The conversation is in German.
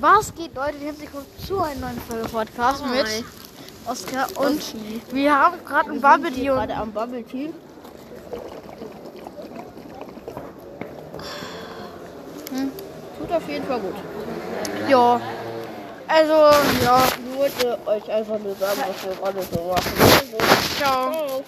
Was geht, Leute? Herzlich willkommen zu einer neuen Folge Podcast Hi. mit Oskar und wir haben gerade ein Bubble Tea und am Bubble Tea. Tut auf jeden Fall gut. ja. Also, ja, Oh. Ich wollte euch einfach nur sagen, was wir gerade so machen. ciao.